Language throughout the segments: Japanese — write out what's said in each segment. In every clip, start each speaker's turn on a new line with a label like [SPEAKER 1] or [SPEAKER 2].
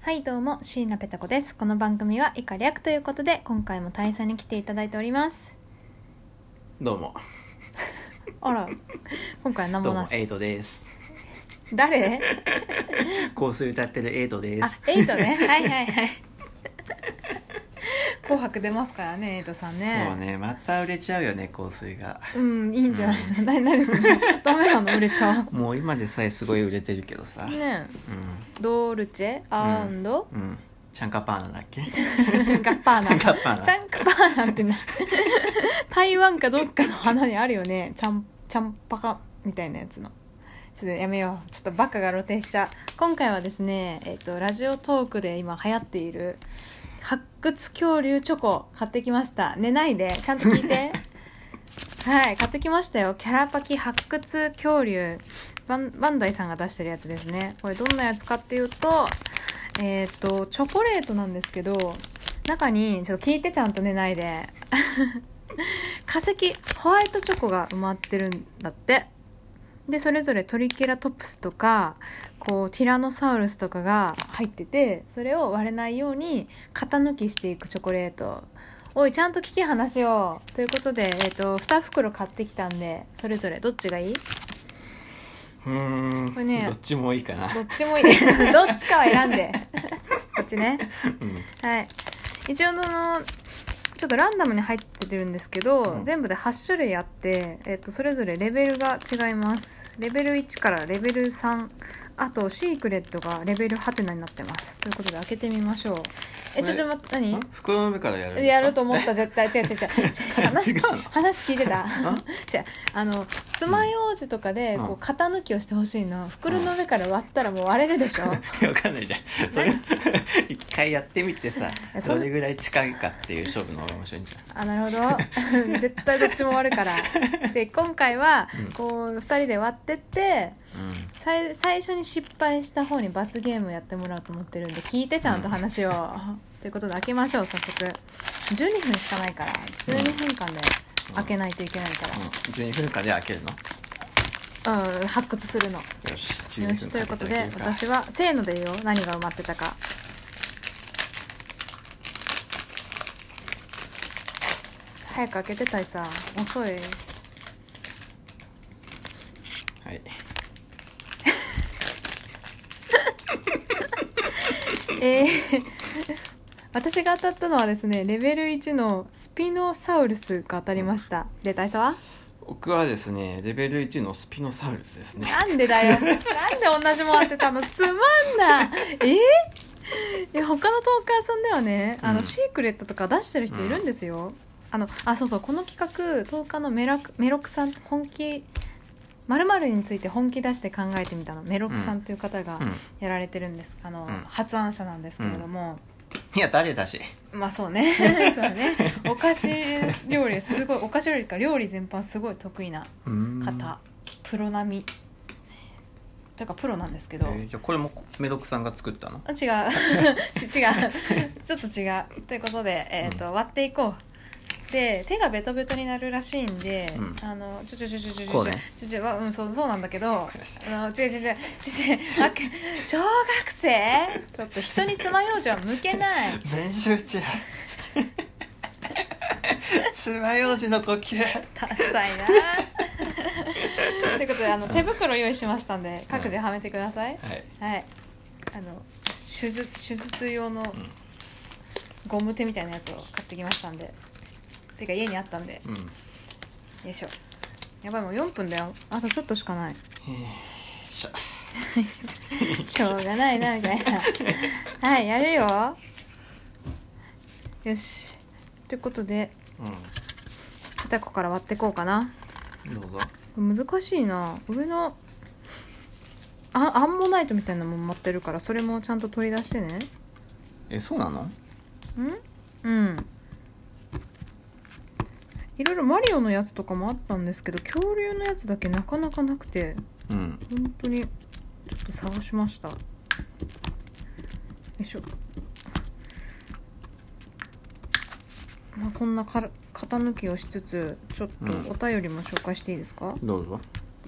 [SPEAKER 1] はいどうも椎名ペタ子ですこの番組は以下略ということで今回も大佐に来ていただいております
[SPEAKER 2] どうも、
[SPEAKER 1] あ ら今回は何
[SPEAKER 2] ど
[SPEAKER 1] も
[SPEAKER 2] うも
[SPEAKER 1] な、
[SPEAKER 2] エイ
[SPEAKER 1] し
[SPEAKER 2] トです。
[SPEAKER 1] 誰
[SPEAKER 2] 香水歌ってるエイトで
[SPEAKER 1] あ
[SPEAKER 2] す。
[SPEAKER 1] エイトねはいはいはい 紅白出ますからねエイトさんね
[SPEAKER 2] そうね、また売れちゃうよね、香水が。
[SPEAKER 1] うんいいんじゃない、なな何そ れダメなの売れちゃ
[SPEAKER 2] もう今でさえすごい売れてるけどさ。
[SPEAKER 1] うねえ
[SPEAKER 2] う
[SPEAKER 1] ドルチェアンド、
[SPEAKER 2] ん、うん。チャンカパーナだっけ
[SPEAKER 1] ガッパーナ
[SPEAKER 2] ガッパーナ
[SPEAKER 1] チャンカパーナってな台湾かどっかの花にあるよねチャンチャンパカみたいなやつのちょっとやめようちょっとバカが露呈した今回はですね、えっとラジオトークで今流行っている発掘恐竜チョコ買ってきました寝ないでちゃんと聞いてはい買ってきましたよキャラパキ発掘恐竜バンバンダイさんが出してるやつですねこれどんなやつかっていうとえっとチョコレートなんですけど中にちょっと聞いてちゃんと寝ないで 化石ホワイトチョコが埋まってるんだってでそれぞれトリケラトプスとかこうティラノサウルスとかが入っててそれを割れないように型抜きしていくチョコレートおいちゃんと聞き話をということで、えー、と2袋買ってきたんでそれぞれどっちがいいう
[SPEAKER 2] ーん。
[SPEAKER 1] これね
[SPEAKER 2] どっちもいいかな。
[SPEAKER 1] どっちもいい どっちかは選んで こっちね
[SPEAKER 2] うん。
[SPEAKER 1] はい、一応そのちょっとランダムに入ってるんですけど、
[SPEAKER 2] うん
[SPEAKER 1] 全部で8種類あって、えっとそれぞれレベルが違いますレベル1からレベル3あとシークレットがレベルハテナになってますということで開けてみましょうえちょちょ待って
[SPEAKER 2] ん袋の上からやるんです
[SPEAKER 1] 何
[SPEAKER 2] か
[SPEAKER 1] やると思った絶対違う違う違う違 う話
[SPEAKER 2] 違うの
[SPEAKER 1] 話聞いてた
[SPEAKER 2] ん
[SPEAKER 1] 違うあの爪楊枝とかで
[SPEAKER 2] うん
[SPEAKER 1] こう型抜きをしてほしいの袋の上から割ったらもう割れるでしょ
[SPEAKER 2] わかんないじゃん。それ、 一回やってみてさ、
[SPEAKER 1] えそん
[SPEAKER 2] どれぐらい近いかっていう勝負の方が面白いんじゃん。
[SPEAKER 1] あなるほど 絶対どっちも割る からで今回は
[SPEAKER 2] うん
[SPEAKER 1] こう2人で割ってって
[SPEAKER 2] うん。
[SPEAKER 1] 最最初に失敗した方に罰ゲームやってもらおうと思ってるんで聞いてちゃんと話を、ということで開けましょう早速12分しかないから12分間で開けないといけないか
[SPEAKER 2] うん12分間で開けるの
[SPEAKER 1] ら、うん発掘するの
[SPEAKER 2] よし、12分
[SPEAKER 1] よしということ
[SPEAKER 2] か
[SPEAKER 1] で
[SPEAKER 2] けていただけ
[SPEAKER 1] 私はせーので言うよ何が埋まってたか早く開けてたいさ遅い
[SPEAKER 2] るかはい。
[SPEAKER 1] えー私が当たったのはですねレベル1のスピノサウルスが当たりましたで大佐 は
[SPEAKER 2] 僕はですねレベル1のスピノサウルスですね
[SPEAKER 1] なんでだよなんで同じもん当てたのつまんないえー、え他のトーカーさんではねあの、
[SPEAKER 2] うん
[SPEAKER 1] シークレットとか出してる人いるんですよ、あのあそうそうこの企画トーカーのメラクメロクさん本気まるについて本気出して考えてみたのメロクさんという方が
[SPEAKER 2] うん
[SPEAKER 1] やられてるんです、あの、
[SPEAKER 2] うん
[SPEAKER 1] 発案者なんですけれども、
[SPEAKER 2] いや誰だし
[SPEAKER 1] まあ そうねそうねお菓子料理すごいお菓子料理か料理全般すごい得意な
[SPEAKER 2] 方、
[SPEAKER 1] 方、プロ並みというかプロなんですけ
[SPEAKER 2] え
[SPEAKER 1] ど、
[SPEAKER 2] ーじゃあこれもメロクさんが作ったの
[SPEAKER 1] あ 違うち違うちょっと違うということで、えーと割っていこうで手がベトベトになるらしいんで、
[SPEAKER 2] うん
[SPEAKER 1] あのちょちょちょちょちょち
[SPEAKER 2] こ
[SPEAKER 1] ょ
[SPEAKER 2] うね
[SPEAKER 1] ちょちょわうんそうそうなんだけど
[SPEAKER 2] これです
[SPEAKER 1] あの違う違う違う違う違うあけ小学生 ちょっと人に爪楊枝は向けない
[SPEAKER 2] 全 集中爪楊枝の呼吸
[SPEAKER 1] ダサいなということであの手袋用意しましたんで各自はめてください、
[SPEAKER 2] はい
[SPEAKER 1] はいあの手術手術用の
[SPEAKER 2] ん
[SPEAKER 1] ゴム手みたいなやつを買ってきましたんでてか家にあったんで
[SPEAKER 2] うん
[SPEAKER 1] よいしょやばいもう4分だよあとちょっとしか ない
[SPEAKER 2] しゃ
[SPEAKER 1] しょうがないなみたいなはいやるよよしということで片子から割ってこうかな
[SPEAKER 2] うんどうぞ
[SPEAKER 1] 難しいな上のあアンモナイトみたいなのも待ってるからそれもちゃんと取り出してね
[SPEAKER 2] えそうなの
[SPEAKER 1] んうんいろいろマリオのやつとかもあったんですけど恐竜のやつだけなかなかなくて
[SPEAKER 2] うん
[SPEAKER 1] 本当にちょっと探しましたよいしょ、まあ、こんなから型抜きをしつつちょっとお便りも紹介していいですか、
[SPEAKER 2] どうぞ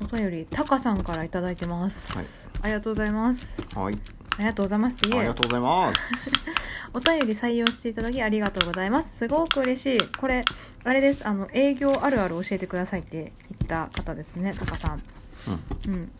[SPEAKER 1] お便りタカさんからいただいてます、ありがとうございます
[SPEAKER 2] はい
[SPEAKER 1] ありがとうございますって
[SPEAKER 2] あ
[SPEAKER 1] 言え
[SPEAKER 2] り
[SPEAKER 1] よ
[SPEAKER 2] がとうございます。
[SPEAKER 1] お便り採用していただきありがとうございますすごく嬉しいこれあれですあの営業あるある教えてくださいって言った方ですねパパさん
[SPEAKER 2] うん
[SPEAKER 1] うん。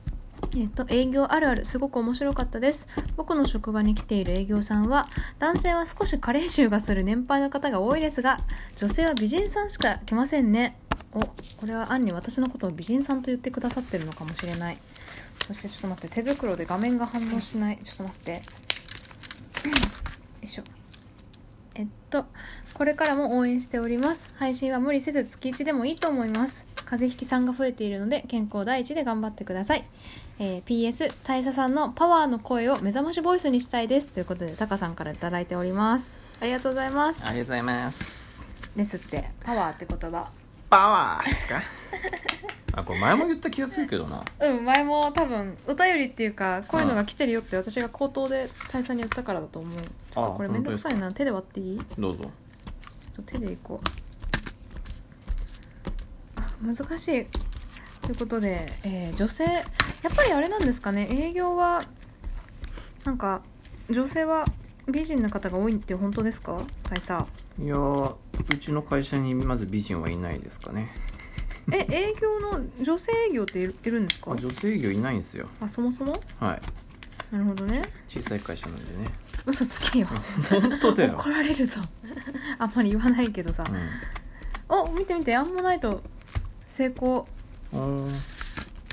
[SPEAKER 1] えっと、営業あるあるすごく面白かったです僕の職場に来ている営業さんは男性は少し加齢臭がする年配の方が多いですが女性は美人さんしか来ませんねおこれは暗に私のことを美人さんと言ってくださってるのかもしれないそしてちょっと待って手袋で画面が反応しないちょっと待ってよいしょえっとこれからも応援しております配信は無理せず月1でもいいと思います風邪ひきさんが増えているので健康第一で頑張ってください、えー PS 大佐さんのパワーの声を目覚ましボイスにしたいですということでタカさんから頂いただいておりますありがとうございます
[SPEAKER 2] ありがとうございます。
[SPEAKER 1] ですってパワーって言葉
[SPEAKER 2] パワーです かあ、これ前も言った気がするけどな。
[SPEAKER 1] うん前も多分お便りっていうかこういうのが来てるよって私が口頭で大佐に言ったからだと思うちょっとこれ
[SPEAKER 2] あ
[SPEAKER 1] めんどくさいな手で割っていいちょ
[SPEAKER 2] どうぞ。
[SPEAKER 1] っと手でいこうあ難しいということで、えー女性やっぱりあれなんですかね営業はなんか女性は美人の方が多いって本当ですか大佐
[SPEAKER 2] いやー、うちの会社にまず美人はいないですかね。
[SPEAKER 1] え営業の女性営業っているいるんですか
[SPEAKER 2] あ、女性業いないんですよ。
[SPEAKER 1] あそもそも
[SPEAKER 2] はい。
[SPEAKER 1] なるほどね
[SPEAKER 2] 小さい会社なんで ね。
[SPEAKER 1] 嘘つけよ
[SPEAKER 2] 本当だよ。
[SPEAKER 1] 怒られるぞ あんまり言わないけどさ、お見て見てアンモナイト成功
[SPEAKER 2] うん。おー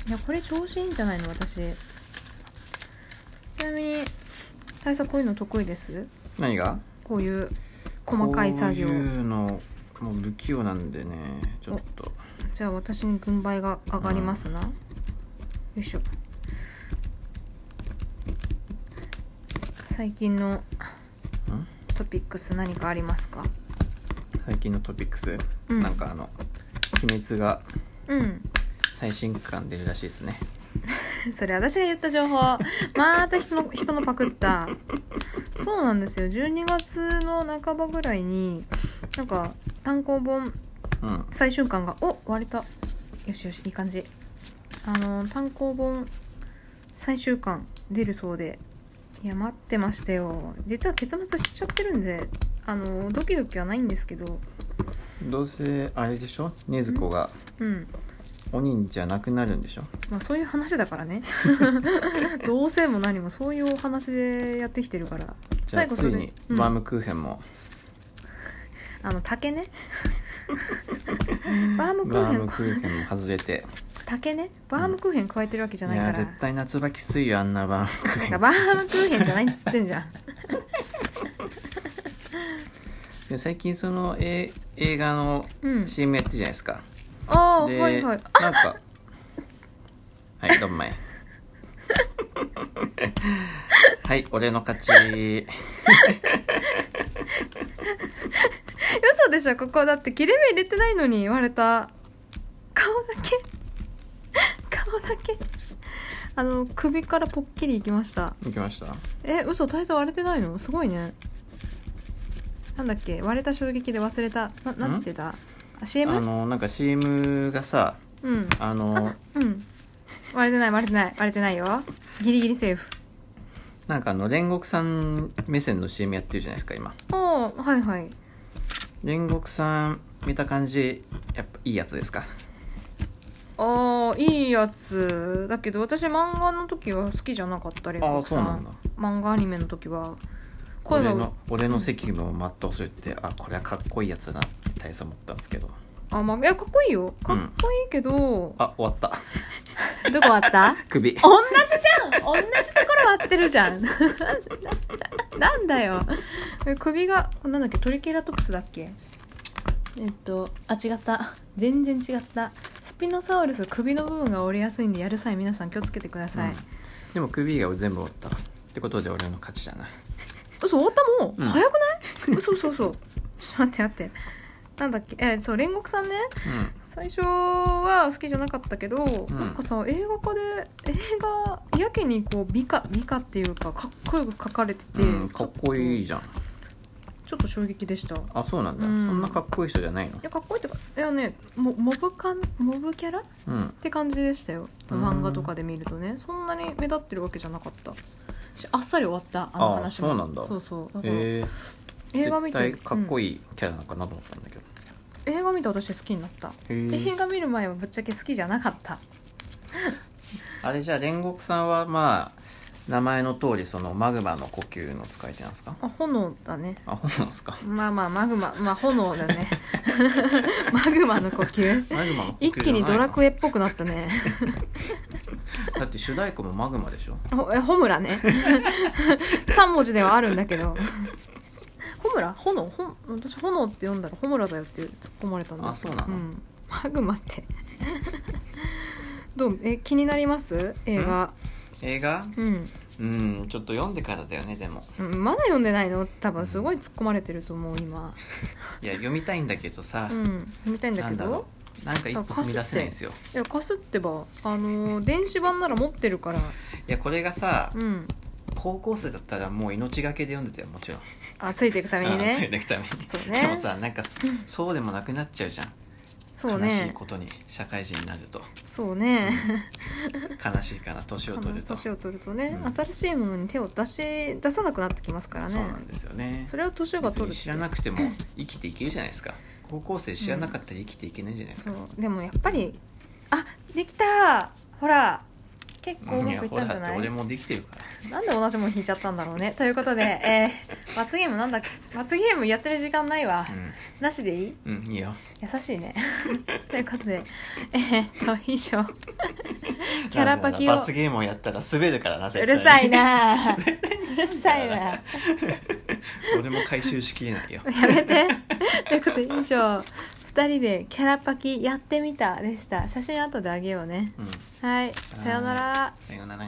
[SPEAKER 1] いやこれ調子いいんじゃないの私ちなみに大佐こういうの得意です
[SPEAKER 2] 何が
[SPEAKER 1] こういう細かい作業
[SPEAKER 2] こういうの、もう不器用なんでね、ちょっと。
[SPEAKER 1] じゃあ私に軍配が上がりますな、よいしょ最近の
[SPEAKER 2] ん
[SPEAKER 1] トピックス何かありますか
[SPEAKER 2] 最近のトピックス、
[SPEAKER 1] うん
[SPEAKER 2] なんかあの「鬼滅」が
[SPEAKER 1] うん
[SPEAKER 2] 最新刊出るらしいですね
[SPEAKER 1] それ私が言った情報また人の人のパクったそうなんですよ12月の半ばぐらいになんか単行本
[SPEAKER 2] うん
[SPEAKER 1] 最終巻がお割れたよしよしいい感じあの単行本最終巻出るそうでいや待ってましたよ実は結末知っちゃってるんであのドキドキはないんですけど
[SPEAKER 2] どうせあれでしょ禰豆子が
[SPEAKER 1] うん
[SPEAKER 2] 鬼じゃなくなるんでしょ
[SPEAKER 1] まあそういう話だから ねどうせも何もそういうお話でやってきてるから
[SPEAKER 2] じゃあ
[SPEAKER 1] そ
[SPEAKER 2] つ
[SPEAKER 1] れ
[SPEAKER 2] いに
[SPEAKER 1] うん
[SPEAKER 2] バームクーヘンも、
[SPEAKER 1] あの竹 ねバームクー
[SPEAKER 2] バ
[SPEAKER 1] ヘ
[SPEAKER 2] ー
[SPEAKER 1] ン
[SPEAKER 2] ムクーヘンも外れて
[SPEAKER 1] 竹ねバームクーヘン加えてるわけじゃ
[SPEAKER 2] い
[SPEAKER 1] ない
[SPEAKER 2] や
[SPEAKER 1] から
[SPEAKER 2] 絶対夏場きついよあんなバームクー
[SPEAKER 1] なん
[SPEAKER 2] ヘ
[SPEAKER 1] か
[SPEAKER 2] ン
[SPEAKER 1] バームクーヘンじゃないっつってん じゃん
[SPEAKER 2] で最近その、え映画の
[SPEAKER 1] うん
[SPEAKER 2] CM やってるじゃないですか、
[SPEAKER 1] ああは
[SPEAKER 2] で、
[SPEAKER 1] いはい
[SPEAKER 2] なん かはいどんまい はい俺の勝ち
[SPEAKER 1] 嘘でしょここだって切れ目入れてないのに言われた顔だけ顔だけあの首からポッキリいきました
[SPEAKER 2] 行きました
[SPEAKER 1] え嘘大佐割れてないのすごいねなんだっけ割れた衝撃で忘れたななんて言ってたあ
[SPEAKER 2] あ
[SPEAKER 1] CM?
[SPEAKER 2] のなんか CM がさ
[SPEAKER 1] うん
[SPEAKER 2] あの
[SPEAKER 1] うん割れてない割れてない割れてないよギリギリセーフ
[SPEAKER 2] なんかあの煉獄さん目線の CM やってるじゃないですか今
[SPEAKER 1] おおはいはい
[SPEAKER 2] 煉獄さん見た感じやっぱいいやつですか
[SPEAKER 1] ああいいやつだけど私漫画の時は好きじゃなかったり
[SPEAKER 2] ああそうなんだ
[SPEAKER 1] 漫画アニメの時は声
[SPEAKER 2] 俺
[SPEAKER 1] が
[SPEAKER 2] の俺の責務を全うするってあこれはかっこいいやつだなって大佐思ったんですけど
[SPEAKER 1] あ、まあ、いやかっこいいよかっこいいけ ど、
[SPEAKER 2] あ終わった
[SPEAKER 1] どこあった
[SPEAKER 2] 首
[SPEAKER 1] 同じじゃん同じところ割ってるじゃん なんだよえ首がなんだっけトリケラトプスだっけえっとあ違った全然違ったスピノサウルス首の部分が折れやすいんでやる際皆さん気をつけてください、
[SPEAKER 2] うんでも首が全部折ったってことで俺の勝ちだな
[SPEAKER 1] 嘘終わったもう、
[SPEAKER 2] うん
[SPEAKER 1] 早くない嘘そうそうちょっと待って待ってなんだっけえそう煉獄さんね最初は好きじゃなかったけど、
[SPEAKER 2] ん
[SPEAKER 1] なんかさ映画化で映画やけにこう美化美化っていうかかっこよく描かれてて、
[SPEAKER 2] うん、うん、かっこい
[SPEAKER 1] ちょ
[SPEAKER 2] いじゃん
[SPEAKER 1] っとちょっと衝撃でしたい
[SPEAKER 2] あそうなんだ、
[SPEAKER 1] うん
[SPEAKER 2] そんなかっこいい人じゃないの
[SPEAKER 1] やかっこいいってかいやねモモブ感モブキャラっ
[SPEAKER 2] うん
[SPEAKER 1] て感じでしたよ
[SPEAKER 2] うん
[SPEAKER 1] 漫画とかで見るとねそんなに目立ってるわけじゃなかったしあっさり終わったあの話も
[SPEAKER 2] あそうなんだ
[SPEAKER 1] そうそうだから、
[SPEAKER 2] えー、
[SPEAKER 1] 映画見て
[SPEAKER 2] 絶対かっこ
[SPEAKER 1] いい、
[SPEAKER 2] いいキャラなのかなと思ったんだけど、
[SPEAKER 1] うん映画見て私好きになった、
[SPEAKER 2] へー
[SPEAKER 1] 映画見る前はぶっちゃけ好きじゃなかった
[SPEAKER 2] あれじゃあ煉獄さんはまあ名前の通りそのマグマの呼吸の使い手なんですか
[SPEAKER 1] あ炎だね
[SPEAKER 2] あそうなんで すか
[SPEAKER 1] まあまあマグマまあ炎だ ねマグマの呼吸
[SPEAKER 2] マグマの呼吸
[SPEAKER 1] 一気にドラク
[SPEAKER 2] エ
[SPEAKER 1] エっぽくなったね
[SPEAKER 2] だって主題歌もマグマでしょ
[SPEAKER 1] ほえホムラね3文字ではあるんだけどホムラ炎ほん私炎って読んだらホムラだよって突っ込まれたんですけど
[SPEAKER 2] あそうなの
[SPEAKER 1] ん、マグマってどうえ気になります映画
[SPEAKER 2] 映画
[SPEAKER 1] うん、
[SPEAKER 2] うんちょっと読んでからだよねでも
[SPEAKER 1] うん、まだ読んでないの多分すごい突っ込まれてると思う 今
[SPEAKER 2] いや読みたいんだけどさ、
[SPEAKER 1] うん読みたいんだ
[SPEAKER 2] な
[SPEAKER 1] け
[SPEAKER 2] んだろ
[SPEAKER 1] ど
[SPEAKER 2] うなんか一歩踏み出せないんですよ
[SPEAKER 1] いやかすってばあのー電子版なら持ってるから
[SPEAKER 2] いやこれがさ
[SPEAKER 1] うん
[SPEAKER 2] 高校生だったらもう命がけで読んでたよもちろん
[SPEAKER 1] あついていくために
[SPEAKER 2] うんそうい
[SPEAKER 1] ね
[SPEAKER 2] うの行くために
[SPEAKER 1] そうね
[SPEAKER 2] でもさなん かそそうでもなくなっちゃうじゃん、
[SPEAKER 1] そう
[SPEAKER 2] 悲しい
[SPEAKER 1] ね
[SPEAKER 2] ことに社会人になると
[SPEAKER 1] そうね
[SPEAKER 2] 悲しいかな年を取ると
[SPEAKER 1] 年を取るとね、
[SPEAKER 2] うん
[SPEAKER 1] 新しいものに手を出し出さなくなってきますからね
[SPEAKER 2] そうなんですよね
[SPEAKER 1] それは年が
[SPEAKER 2] 別
[SPEAKER 1] 取る
[SPEAKER 2] に
[SPEAKER 1] って
[SPEAKER 2] 知らなくても生きていけるじゃないですか高校生知らなかったら生きていけないじゃないです
[SPEAKER 1] そ
[SPEAKER 2] か、
[SPEAKER 1] うでもやっぱりあできたほら結構うまくいっ
[SPEAKER 2] ほら
[SPEAKER 1] たんじゃ
[SPEAKER 2] だって
[SPEAKER 1] な
[SPEAKER 2] 俺
[SPEAKER 1] い
[SPEAKER 2] もできてるから
[SPEAKER 1] なんで同じもん引いちゃったんだろうねという ことで、えー、罰ゲームなんだっけ罰ゲームやってる時間ないわなしでいい
[SPEAKER 2] うん、うん、いいよ
[SPEAKER 1] 優しい ねということでえー、っと以上キャラパキを
[SPEAKER 2] なぜなら罰ゲームをやったら滑るからな
[SPEAKER 1] うるさい
[SPEAKER 2] な
[SPEAKER 1] なうるさいな
[SPEAKER 2] 俺も回収しきれないよ
[SPEAKER 1] やめてということで以上2人でキャラパキやってみたでした写真後であげようね
[SPEAKER 2] うん
[SPEAKER 1] はいさようなら
[SPEAKER 2] さようなら